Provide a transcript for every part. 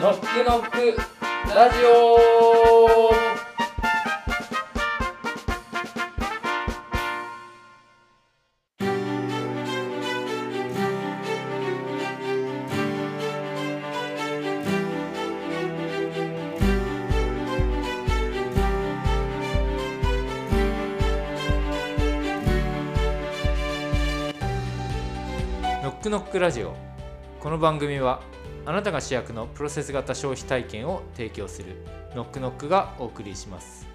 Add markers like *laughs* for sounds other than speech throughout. ノックノックラジオノックノックラジオこの番組はあなたが主役のプロセス型消費体験を提供するノックノックがお送りします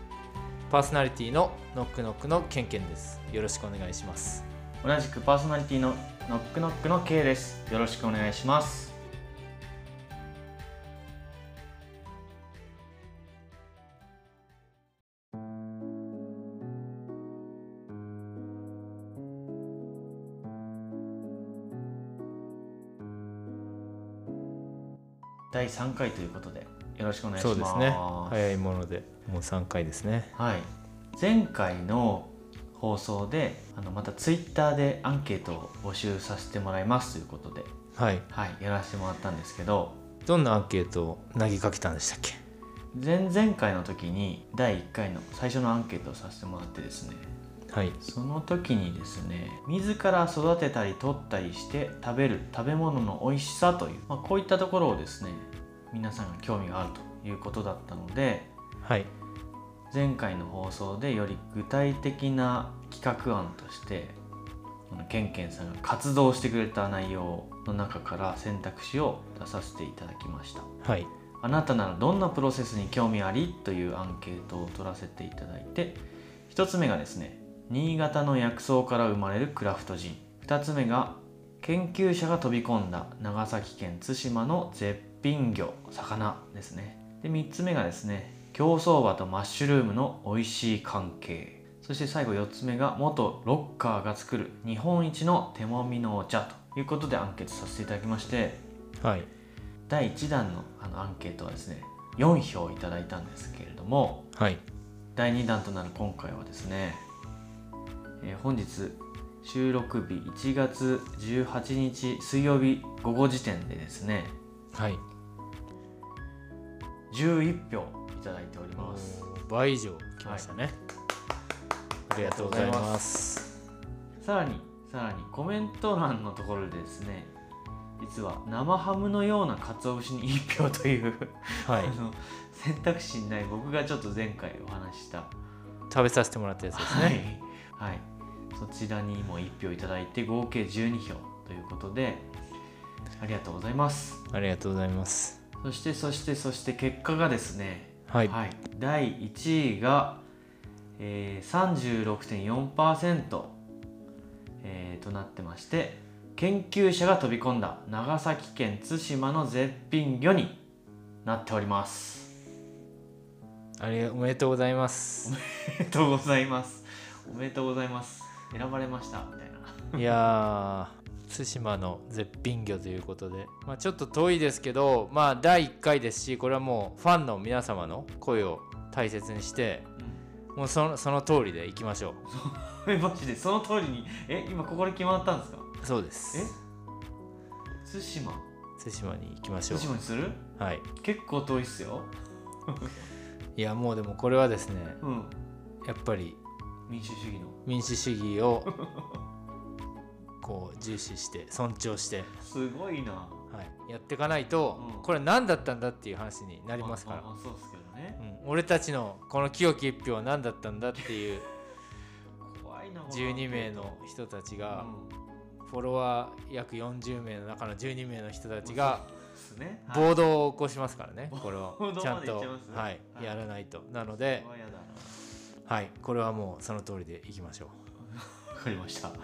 パーソナリティのノックノックのケンケンですよろしくお願いします同じくパーソナリティのノックノックの K ですよろしくお願いします第3回ということでよろしくお願いします早いものでもう3回ですねはい、前回の放送であのまたツイッターでアンケートを募集させてもらいますということで、はいはい、やらせてもらったんですけどどんなアンケートを投げかけたんでしたっけ前々回の時に第1回の最初のアンケートをさせてもらってですねはいその時にですね自ら育てたり取ったりして食べる食べ物の美味しさという、まあ、こういったところをですね皆さんが興味があるということだったのではい前回の放送でより具体的な企画案としてこのケンケンさんが活動してくれた内容の中から選択肢を出させていただきましたはいあなたならどんなプロセスに興味ありというアンケートを取らせていただいて1つ目がですね新潟の薬草から生まれるクラフトジン2つ目が研究者が飛び込んだ長崎県対馬の絶品魚魚ですねで3つ目がですね競走馬とマッシュルームの美味しい関係そして最後4つ目が元ロッカーが作る日本一の手もみのお茶ということでアンケートさせていただきましてはい第1弾のあのアンケートはですね4票いただいたんですけれどもはい第2弾となる今回はですね、えー本日収録日1月18日水曜日午後時点でですねはい11票いただいております倍以上来ましたね、ありがとうございますさらにさらにコメント欄のところでですね実は生ハムのような鰹節に1票というはいあの選択肢にない僕がちょっと前回お話しした食べさせてもらったやつですねはい、はい、そちらにも1票いただいて合計12票ということでありがとうございますありがとうございますそしてそしてそして結果がですねはい第1位が、えー、36.4%、えーとなってまして研究者が飛び込んだ長崎県対馬の絶品魚になっております *laughs* ありがおめでとうございますおめでとうございますおめでとうございます選ばれましたみたいないやー対馬の絶品魚ということで、まあ、ちょっと遠いですけど、まあ、第1回ですしこれはもうファンの皆様の声を大切にしてもうそのその通りでいきましょ *laughs* えマジでその通りにえ今ここで決まったんですかうそうです対馬対馬に行きましょ対馬うにするはい結構遠いっすよいやもうでもこれはですねうんやっぱり民主主義の民主主義 *laughs* をこう重視して尊重して、すごいなはい、やっていかないと、うんこれ何だったんだっていう話になりますからあ、あそうですけどねうん、俺たちのこの清き一票は何だったんだっていう怖いなこの12名の人たちがうんフォロワー約40名の中の12名の人たちがですねはい暴動を起こしますからねこれ暴を動ちゃんまとで行っちゃいますはいはいやらないとなのでうわやだなはいこれはもうその通りでいきましょわかりましたうはい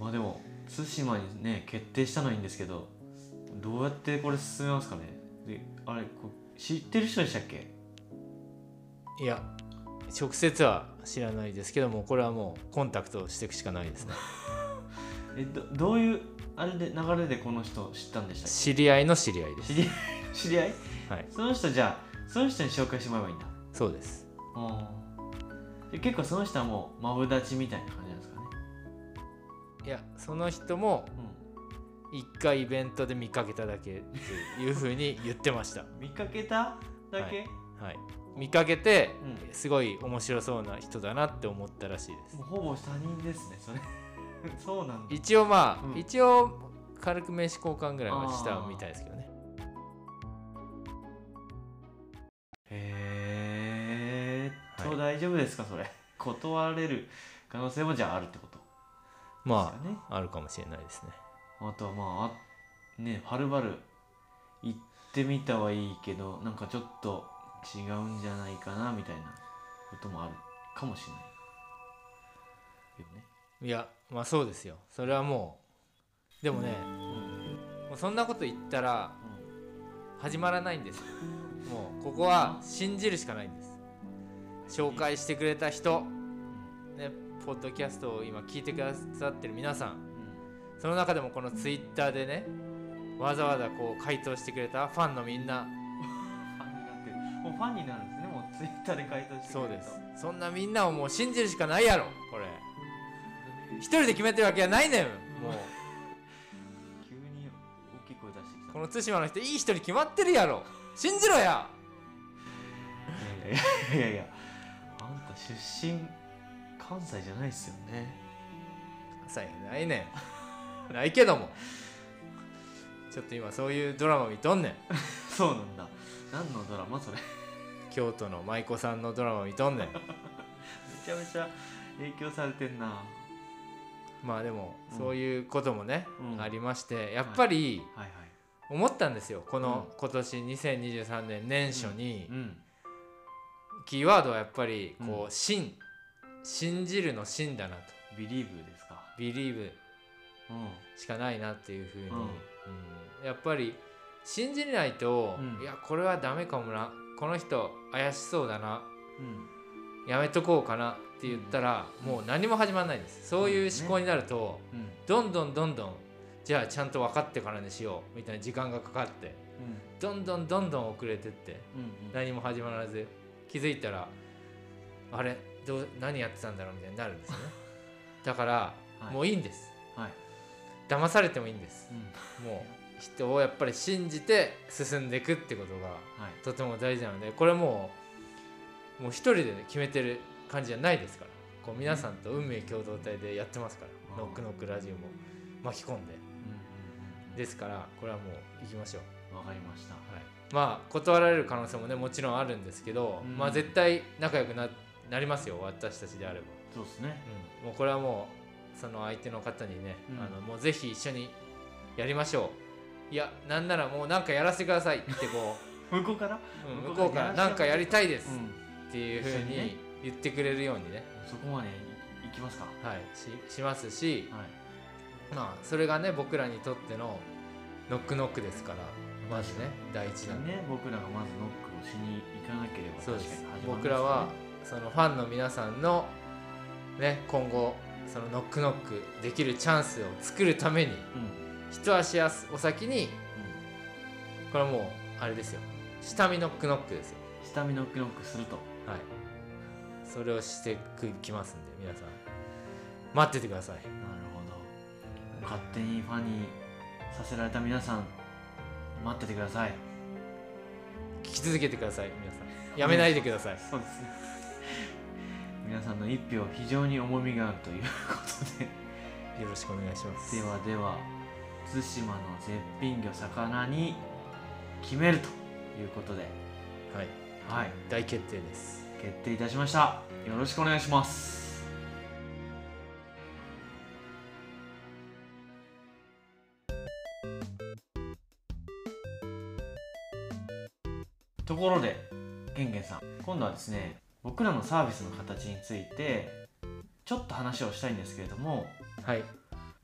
まあでも対馬にね決定したのはいいんですけどどうやってこれ進めますかねであれこ知ってる人でしたっけいや直接は知らないですけどもこれはもうコンタクトしていくしかないですねえどどういうあれで流れでこの人知ったんでしたっけ知り合いの知り合いです知り合い知り合いはいその人じゃあその人に紹介してもらえばいいんだそうですうんで結構その人はもうマブダチみたいな感じなんですかねいやその人も一回イベントで見かけただけっていうふうに言ってました *laughs* 見かけただけ、はい見かけてうんすごい面白そうな人だなって思ったらしいですもうほぼ他人ですねそれ *laughs* そうなんだ一応まあ、うん一応軽く名刺交換ぐらいはしたみたいですけどねへーっはとい大丈夫ですかそれ断られる可能性もじゃああるってことですまよねああるかもしれないですねあとはまああねはるばる行ってみたはいいけどなんかちょっと違うんじゃないかなみたいなこともあるかもしれないよねいやまあそうですよそれはもうでもねもうそんなこと言ったら始まらないんですもうここは信じるしかないんです紹介してくれた人、ね、ポッドキャストを今聞いてくださってる皆さんその中でもこのツイッターでねわざわざこう回答してくれたファンのみんなファンになってるもうファンになるんですねもうツイッターで回答してそうくれるでとすそんなみんなをもう信じるしかないやろこれ一人で決めてるわけはないねんもう急に大きい声出してきたこの対馬の人いい人に決まってるやろ信じろやいやいやいやいやあんた出身関西じゃないですよねさやないねん *laughs* ないけどもちょっと今そういうドラマ見とんねんそうなんだ何のドラマそれめ京都の舞妓さんのドラマ見とんねんちゃめちゃ影響されてんなまあでもうんそういうこともね、うんありましてやっぱりはいはい思ったんですよこのう今年2023年年初にうんキーワードはやっぱりこうう「信」信じるの「信」だなとビリーブですか「believe」うんしかないなっていうふうに、うんうんやっぱり信じないと、うんいやこれはダメかもなこの人怪しそうだなうんやめとこうかなって言ったら、もう何も始まらないですそういう思考になると、うんどんどんどんどんじゃあちゃんと分かってからにしようみたいな時間がかかってどんどんどんどん遅れてってうんうん何も始まらず気づいたらあれどう何やってたんだろうみたいになるん *laughs* ですよねだから、はいもういいんですはい騙されてもいいんですうんもう人をやっぱり信じて進んでいくってことがはいとても大事なのでこれもうもう一人でね決めてる感じじゃないですからこう皆さんと運命共同体でやってますから「うんノックノックラジオ」も巻き込んでうんうんですからこれはもう行きましょう、うんわかりましたはい、まあ断られる可能性もねもちろんあるんですけど、うんまあ絶対仲良くななりますよ私たちであれば、そうですねうん、もうこれはもうその相手の方にね、うんあのもうぜひ一緒にやりましょういやなんならもうなんかやらせてくださいってこ向こうからう、 *laughs* うん向こうからなんかやりたいです、うんっていうふう一緒ににね言ってくれるようにね、そこまで行きますかはい、ししますし、はいまあ、それがね僕らにとってのノックノックですからまずね第一弾、ね、僕らがまずノックをしに行かなければそう確かですに始まります、ね、僕らはそのファンの皆さんの、ね、今後そのノックノックできるチャンスを作るためにうん、うん一足やすお先にこれはもうあれですよ下見ノックノックですよ下見ノックノックするとはいそれをしてくきますんで皆さん待っててくださいなるほど勝手にファンにさせられた皆さん待っててください聞き続けてください皆さんやめないでくださいそうですね皆さんの一票非常に重みがあるということでよろしくお願いしますではでは対馬の絶品魚魚に決めるということではいはい大決定です決定いたしましたよろしくお願いしますところでゲンゲンさん今度はですね僕らのサービスの形についてちょっと話をしたいんですけれどもはい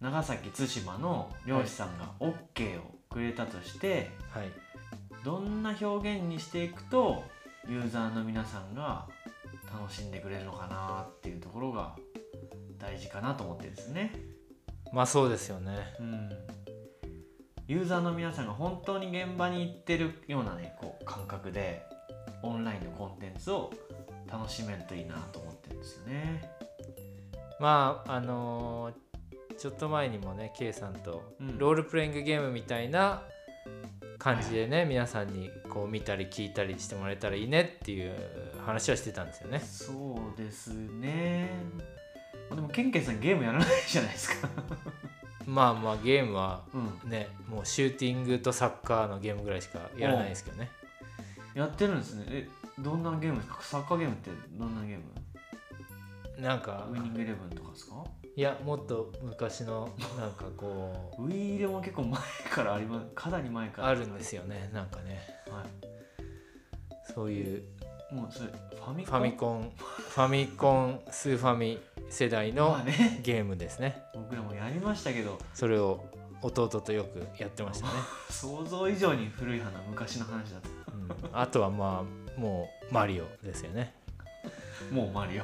長崎対馬の漁師さんが OK をくれたとして、はいどんな表現にしていくとユーザーの皆さんが楽しんでくれるのかなっていうところが大事かなと思ってるんですね。まあそうですよねうんユーザーの皆さんが本当に現場に行ってるようなねこう感覚でオンラインのコンテンツを楽しめるといいなと思ってるんですよね。まああのーちょっと前にもね K さんとうんロールプレイングゲームみたいな感じでね、皆さんにこう見たり聞いたりしてもらえたらいいねっていう話はしてたんですよねそうですねまあでもケンケンさんゲームやらないじゃないですかまあまあゲームはうんねもうシューティングとサッカーのゲームぐらいしかやらないですけどねやってるんですねえどんなゲームですかサッカーゲームってどんなゲームなんかウィニングイレブンとかですかいやもっと昔のなんかこうウィーレも結構前からありますかなり前からあるんですよねなんかねはそういういもうそれファミフコァンミコンファミコンスーファミ世代まのあねゲームですね僕らもやりましたけどそれを弟とよくやってましたね、想像以上に古い花昔の話だったうん、あとはまあもうマリオですよね、もうマリオ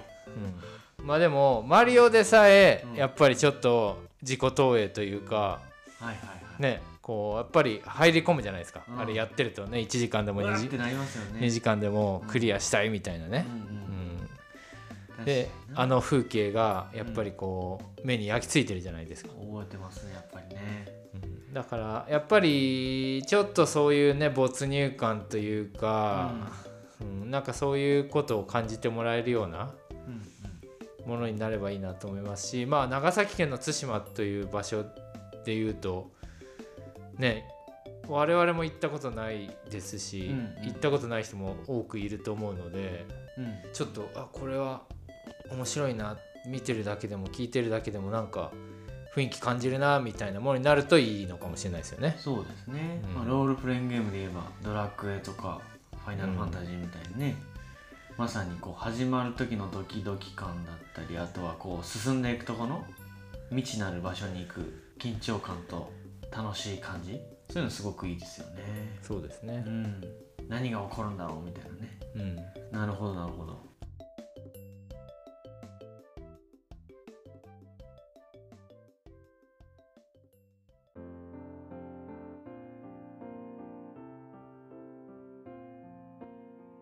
うん、まあでもマリオでさえうんやっぱりちょっと自己投影というかはいはいはいねこうやっぱり入り込むじゃないですか、うんあれやってるとね1時間でもうわ 2, っ時てなりますよね2時間でもクリアしたいみたいなねう、んううんん、確かにでなあの風景がやっぱりこう目に焼き付いてるじゃないですか覚えてますねやっぱりねうんだからやっぱりちょっとそういうね没入感というか、うんなんかそういうことを感じてもらえるようなうんうんものになればいいなと思いますしまあ長崎県の対馬という場所でいうとね我々も行ったことないですし、うんうん行ったことない人も多くいると思うのでうんちょっとあこれは面白いな見てるだけでも聞いてるだけでもなんか雰囲気感じるなみたいなものになるといいのかもしれないですよね。そうですね、うんまあ、ロールプレイングゲームで言えば「ドラクエ」とか「ファイナルファンタジー」みたいにね、まさにこう始まる時のドキドキ感だったりあとはこう進んでいくとこの未知なる場所に行く緊張感と楽しい感じそういうのすごくいいですよねそうですうね、ん何が起こるんだろうみたいなねうん、なるほどなるほど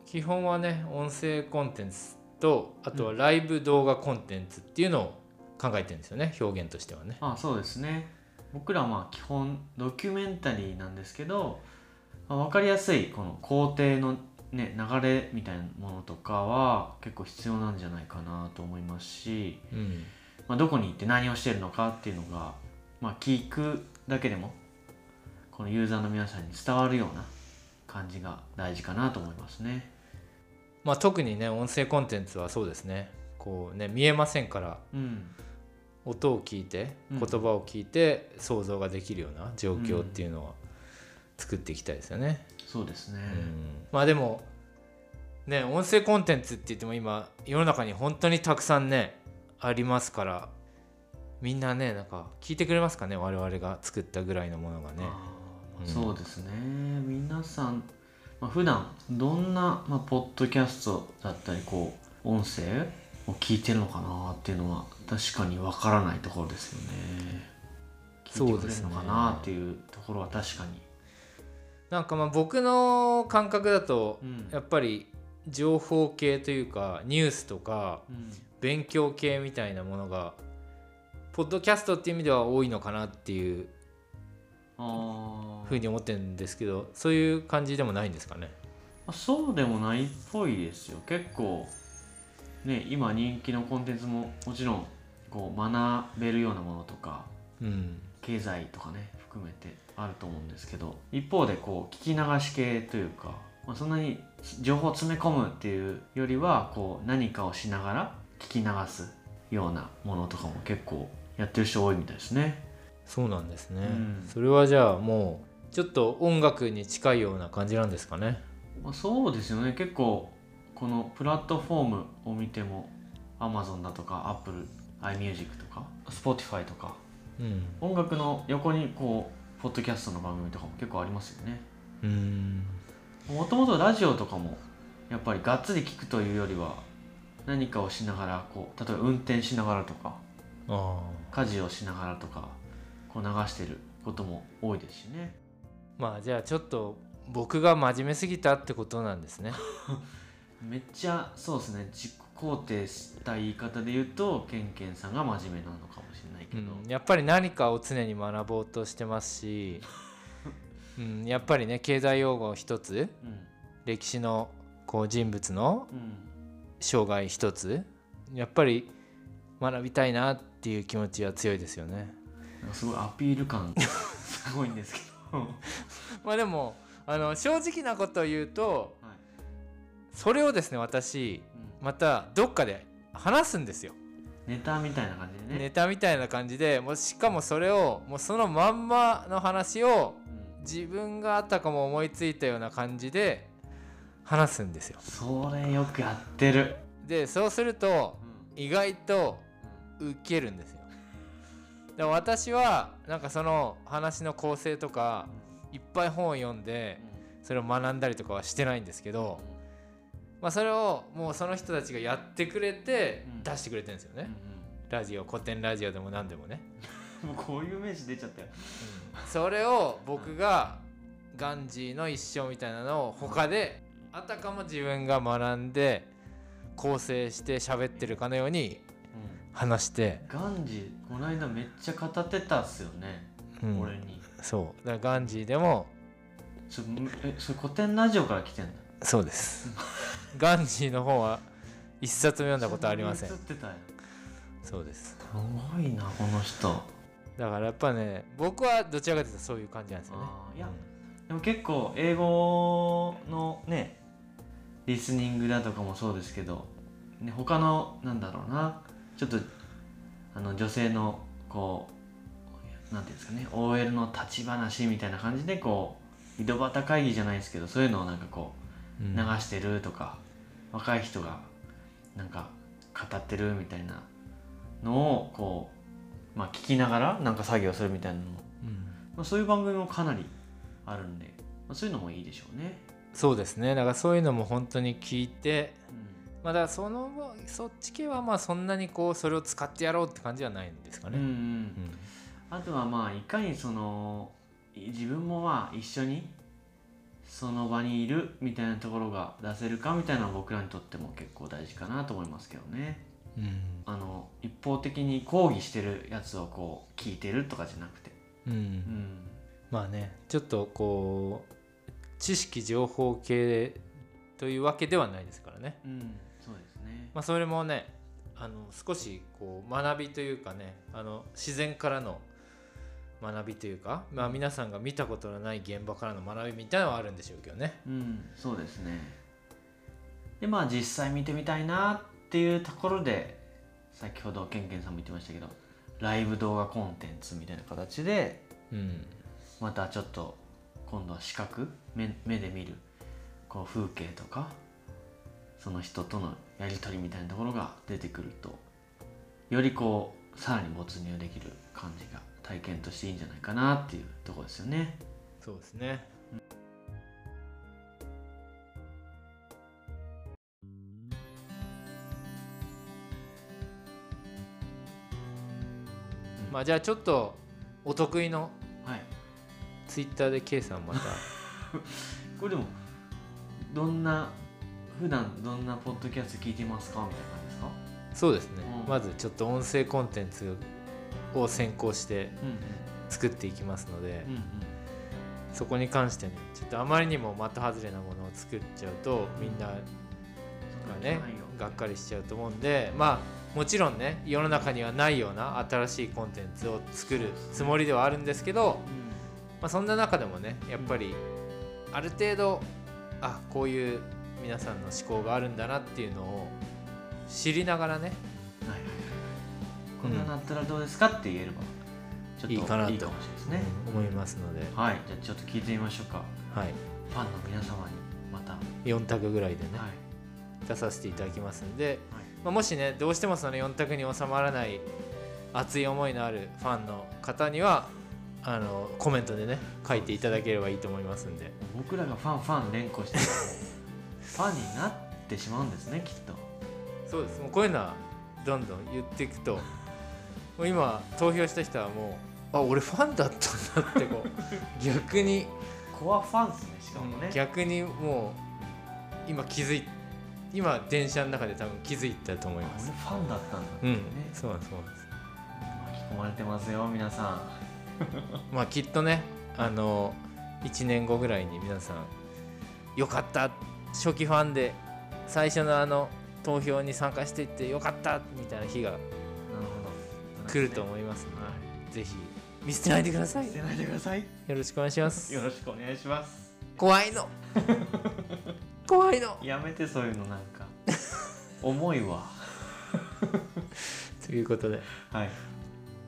基本はね音声コンテンツとあとはライブ動画コンテンツっていうのを考えてるんですよね表現としてはね。あそうですね僕らはまあ基本ドキュメンタリーなんですけど、ま分かりやすいこの工程の、ね、流れみたいなものとかは結構必要なんじゃないかなと思いますし、うんまあ、どこに行って何をしてるのかっていうのが、まあ、聞くだけでもこのユーザーの皆さんに伝わるような感じが大事かなと思いますね。まあ、特にね音声コンテンツはそうですねこうね見えませんからうん、音を聞いてう言ん葉を聞いて想像ができるような状況っていうのは作っていきたいですよね。そうですね。うんまあでもね音声コンテンツって言っても今世の中に本当にたくさんねありますからみんなねなんか聞いてくれますかね我々が作ったぐらいのものがね。あうんーそうですね皆さん、まあ、普段どんな、まあ、ポッドキャストだったりこう音声を聞いてるのかなっていうのは確かにわからないところですよね聞いてくれるのかなっていうところは確かになんかまあ僕の感覚だとうんやっぱり情報系というかニュースとかうん勉強系みたいなものがポッドキャストっていう意味では多いのかなっていうあふうーに思ってるんですけどそういう感じでもないんですかね。まあそうでもないっぽいですよ結構ね今人気のコンテンツももちろんこう学べるようなものとかうん、経済とかね含めてあると思うんですけど一方でこう聞き流し系というか、まあ、そんなに情報を詰め込むっていうよりはこう何かをしながら聞き流すようなものとかも結構やってる人多いみたいですね。そうなんですね、うんそれはじゃあもうちょっと音楽に近いような感じなんですかね。まあ、そうですよね結構このプラットフォームを見ても Amazon だとか Apple、iMusic とか Spotify とかうん、音楽の横にこうポッドキャストの番組とかも結構ありますよね。うんもともとラジオとかもやっぱりがっつり聞くというよりは何かをしながらこう例えば運転しながらとかああ家事をしながらとかこう流してることも多いですしねまあじゃあちょっと僕が真面目すぎたってことなんですね。めっちゃそうですね自己肯定した言い方で言うとケンケンさんが真面目なのかもしれないけうど、ん、やっぱり何かを常に学ぼうとしてますし、うん、やっぱりね経済用語一つうん歴史のこう人物のうん生涯一つやっぱり学びたいなっていう気持ちは強いですよね。なんかすごいアピール感すごいんですけど、 *laughs* はまあでもあの正直なことを言うとそれをですね私いうんまたどっかで話すんですよ。ネタみたいな感じでねネタみたいな感じでもうしかもそれをもうそのまんまの話をうん自分があったかも思いついたような感じで話すんですよ。それよくやってる、でそうするとうん意外とうんウケるんですよ。で私はなんかその話の構成とかいっぱい本を読んでそれを学んだりとかはしてないんですけど、まあ、それをもうその人たちがやってくれてうん出してくれてるんですようね。んラジオ古典ラジオでも何でもね。うんもうこういう名詞出ちゃったよ、それを僕がガンジーの一生みたいなのを他であたかも自分が学んで構成して喋ってるかのように話して、ガンジこの間めっちゃ語ってたっすよね、うん俺にそうだからガンジーでもそえそれ古典ラジオから来てんだそうです *laughs* ガンジーの方は一冊も読んだことありませんそに映ってたよそうですすごいなこの人だからやっぱね僕はどちらかというとそういう感じなんですよねあーいやでも結構英語のねリスニングだとかもそうですけど、ね、他のなんだろうなちょっとあの女性のこうなんていうんですかね OL の立ち話みたいな感じでこう井戸端会議じゃないですけどそういうのをなんかこううん流してるとか、若い人がなんか語ってるみたいなのをこう、まあ、聞きながらなんか作業するみたいなのもうんまあ、そういう番組もかなりあるんで、まあ、そういうのもいいでしょうね。そうですねだからそういうのも本当に聞いてうんまあ、だからその後そっち系はまあそんなにこうそれを使ってやろうって感じはないんですかうんうね。ん、あとはまあいかにそのい自分もまあ一緒にその場にいるみたいなところが出せるかみたいなのは僕らにとっても結構大事かなと思いますけどね。うんあの一方的に抗議してるやつをこう聞いてるとかじゃなくて。うんうんまあねちょっとこう知識情報系というわけではないですからね、うん、そうですね。まあ、それもねあの少しこう学びというかねあの自然からの学びというか、まあ、皆さんが見たことのない現場からの学びみたいなのはあるんでしょうけどね。うん、そうですね。で、まあ実際見てみたいなっていうところで、先ほどケンケンさんも言ってましたけど、ライブ動画コンテンツみたいな形で、うんまたちょっと今度は視覚、目目で見るこう風景とか、その人とのやり取りみたいなところが出てくると、よりこう、さらに没入できる感じが体験としていいんじゃないかなっていうところですよね。そうですね。まあじゃあちょっとお得意のはい。ツイッターで K さん *laughs* またこれでもどんな普段どんなポッドキャスト聞いてますかみたいな感じですかそうですね、うんまずちょっと音声コンテンツを先行してう作っていきますので、んうんそこに関してねちょっとあまりにも的外れなものを作っちゃうとみんながね、がっかりしちゃうと思うんでまあもちろんね世の中にはないような新しいコンテンツを作るつもりではあるんですけど、まあ、そんな中でもねやっぱりある程度あこういう皆さんの思考があるんだなっていうのを知りながらねはいはいはいこんななったらどうですかって言えればちょっといいいいかかなもとしれないですね、思いますので、はいじゃあちょっと聞いてみましょうかはい、ファンの皆様にまた、 4択ぐらいでね、はい出させていただきますんで、まあ、もしねどうしてもその4択に収まらない熱い思いのあるファンの方にはあのコメントでね書いていただければいいと思いますんで僕らがファンファン連呼してたらファンになってしまうんですねきっとそうですもうこういうのはどんどん言っていくともう今投票した人はもうあ俺ファンだったんだってこ *laughs* う逆にコアファンですねしかもね、逆にもう今気づい今電車の中で多分気づいたと思い俺まフすァンだったんだうねん、そうなんですそうなんです巻き込まれてますよ皆さんまあきっとねあの1年後ぐらいに皆さん「よかった初期ファンで最初のあの投票に参加していってよかった!」みたいな日がなるほど来ると思いますので、ぜひ見捨て *laughs* ないでくださはいい捨てないでくださいよろしくお願いしますよろしくお願いします怖いの怖いのやめてそういうのなん *laughs* か重いわ *laughs* ということで、はい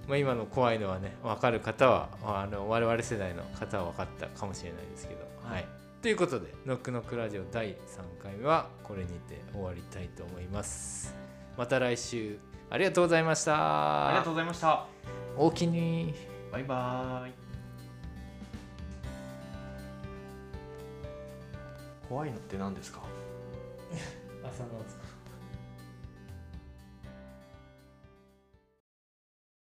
まあ、今の怖いのはね分かる方はあの我々世代の方は分かったかもしれないですけどはい、はいということで「ノックノックラジオ」第3回目はこれにて終わりたいと思いますまた来週ありがとうございましたありがとうございましたおおきにバイバーイ怖いのって何ですか朝の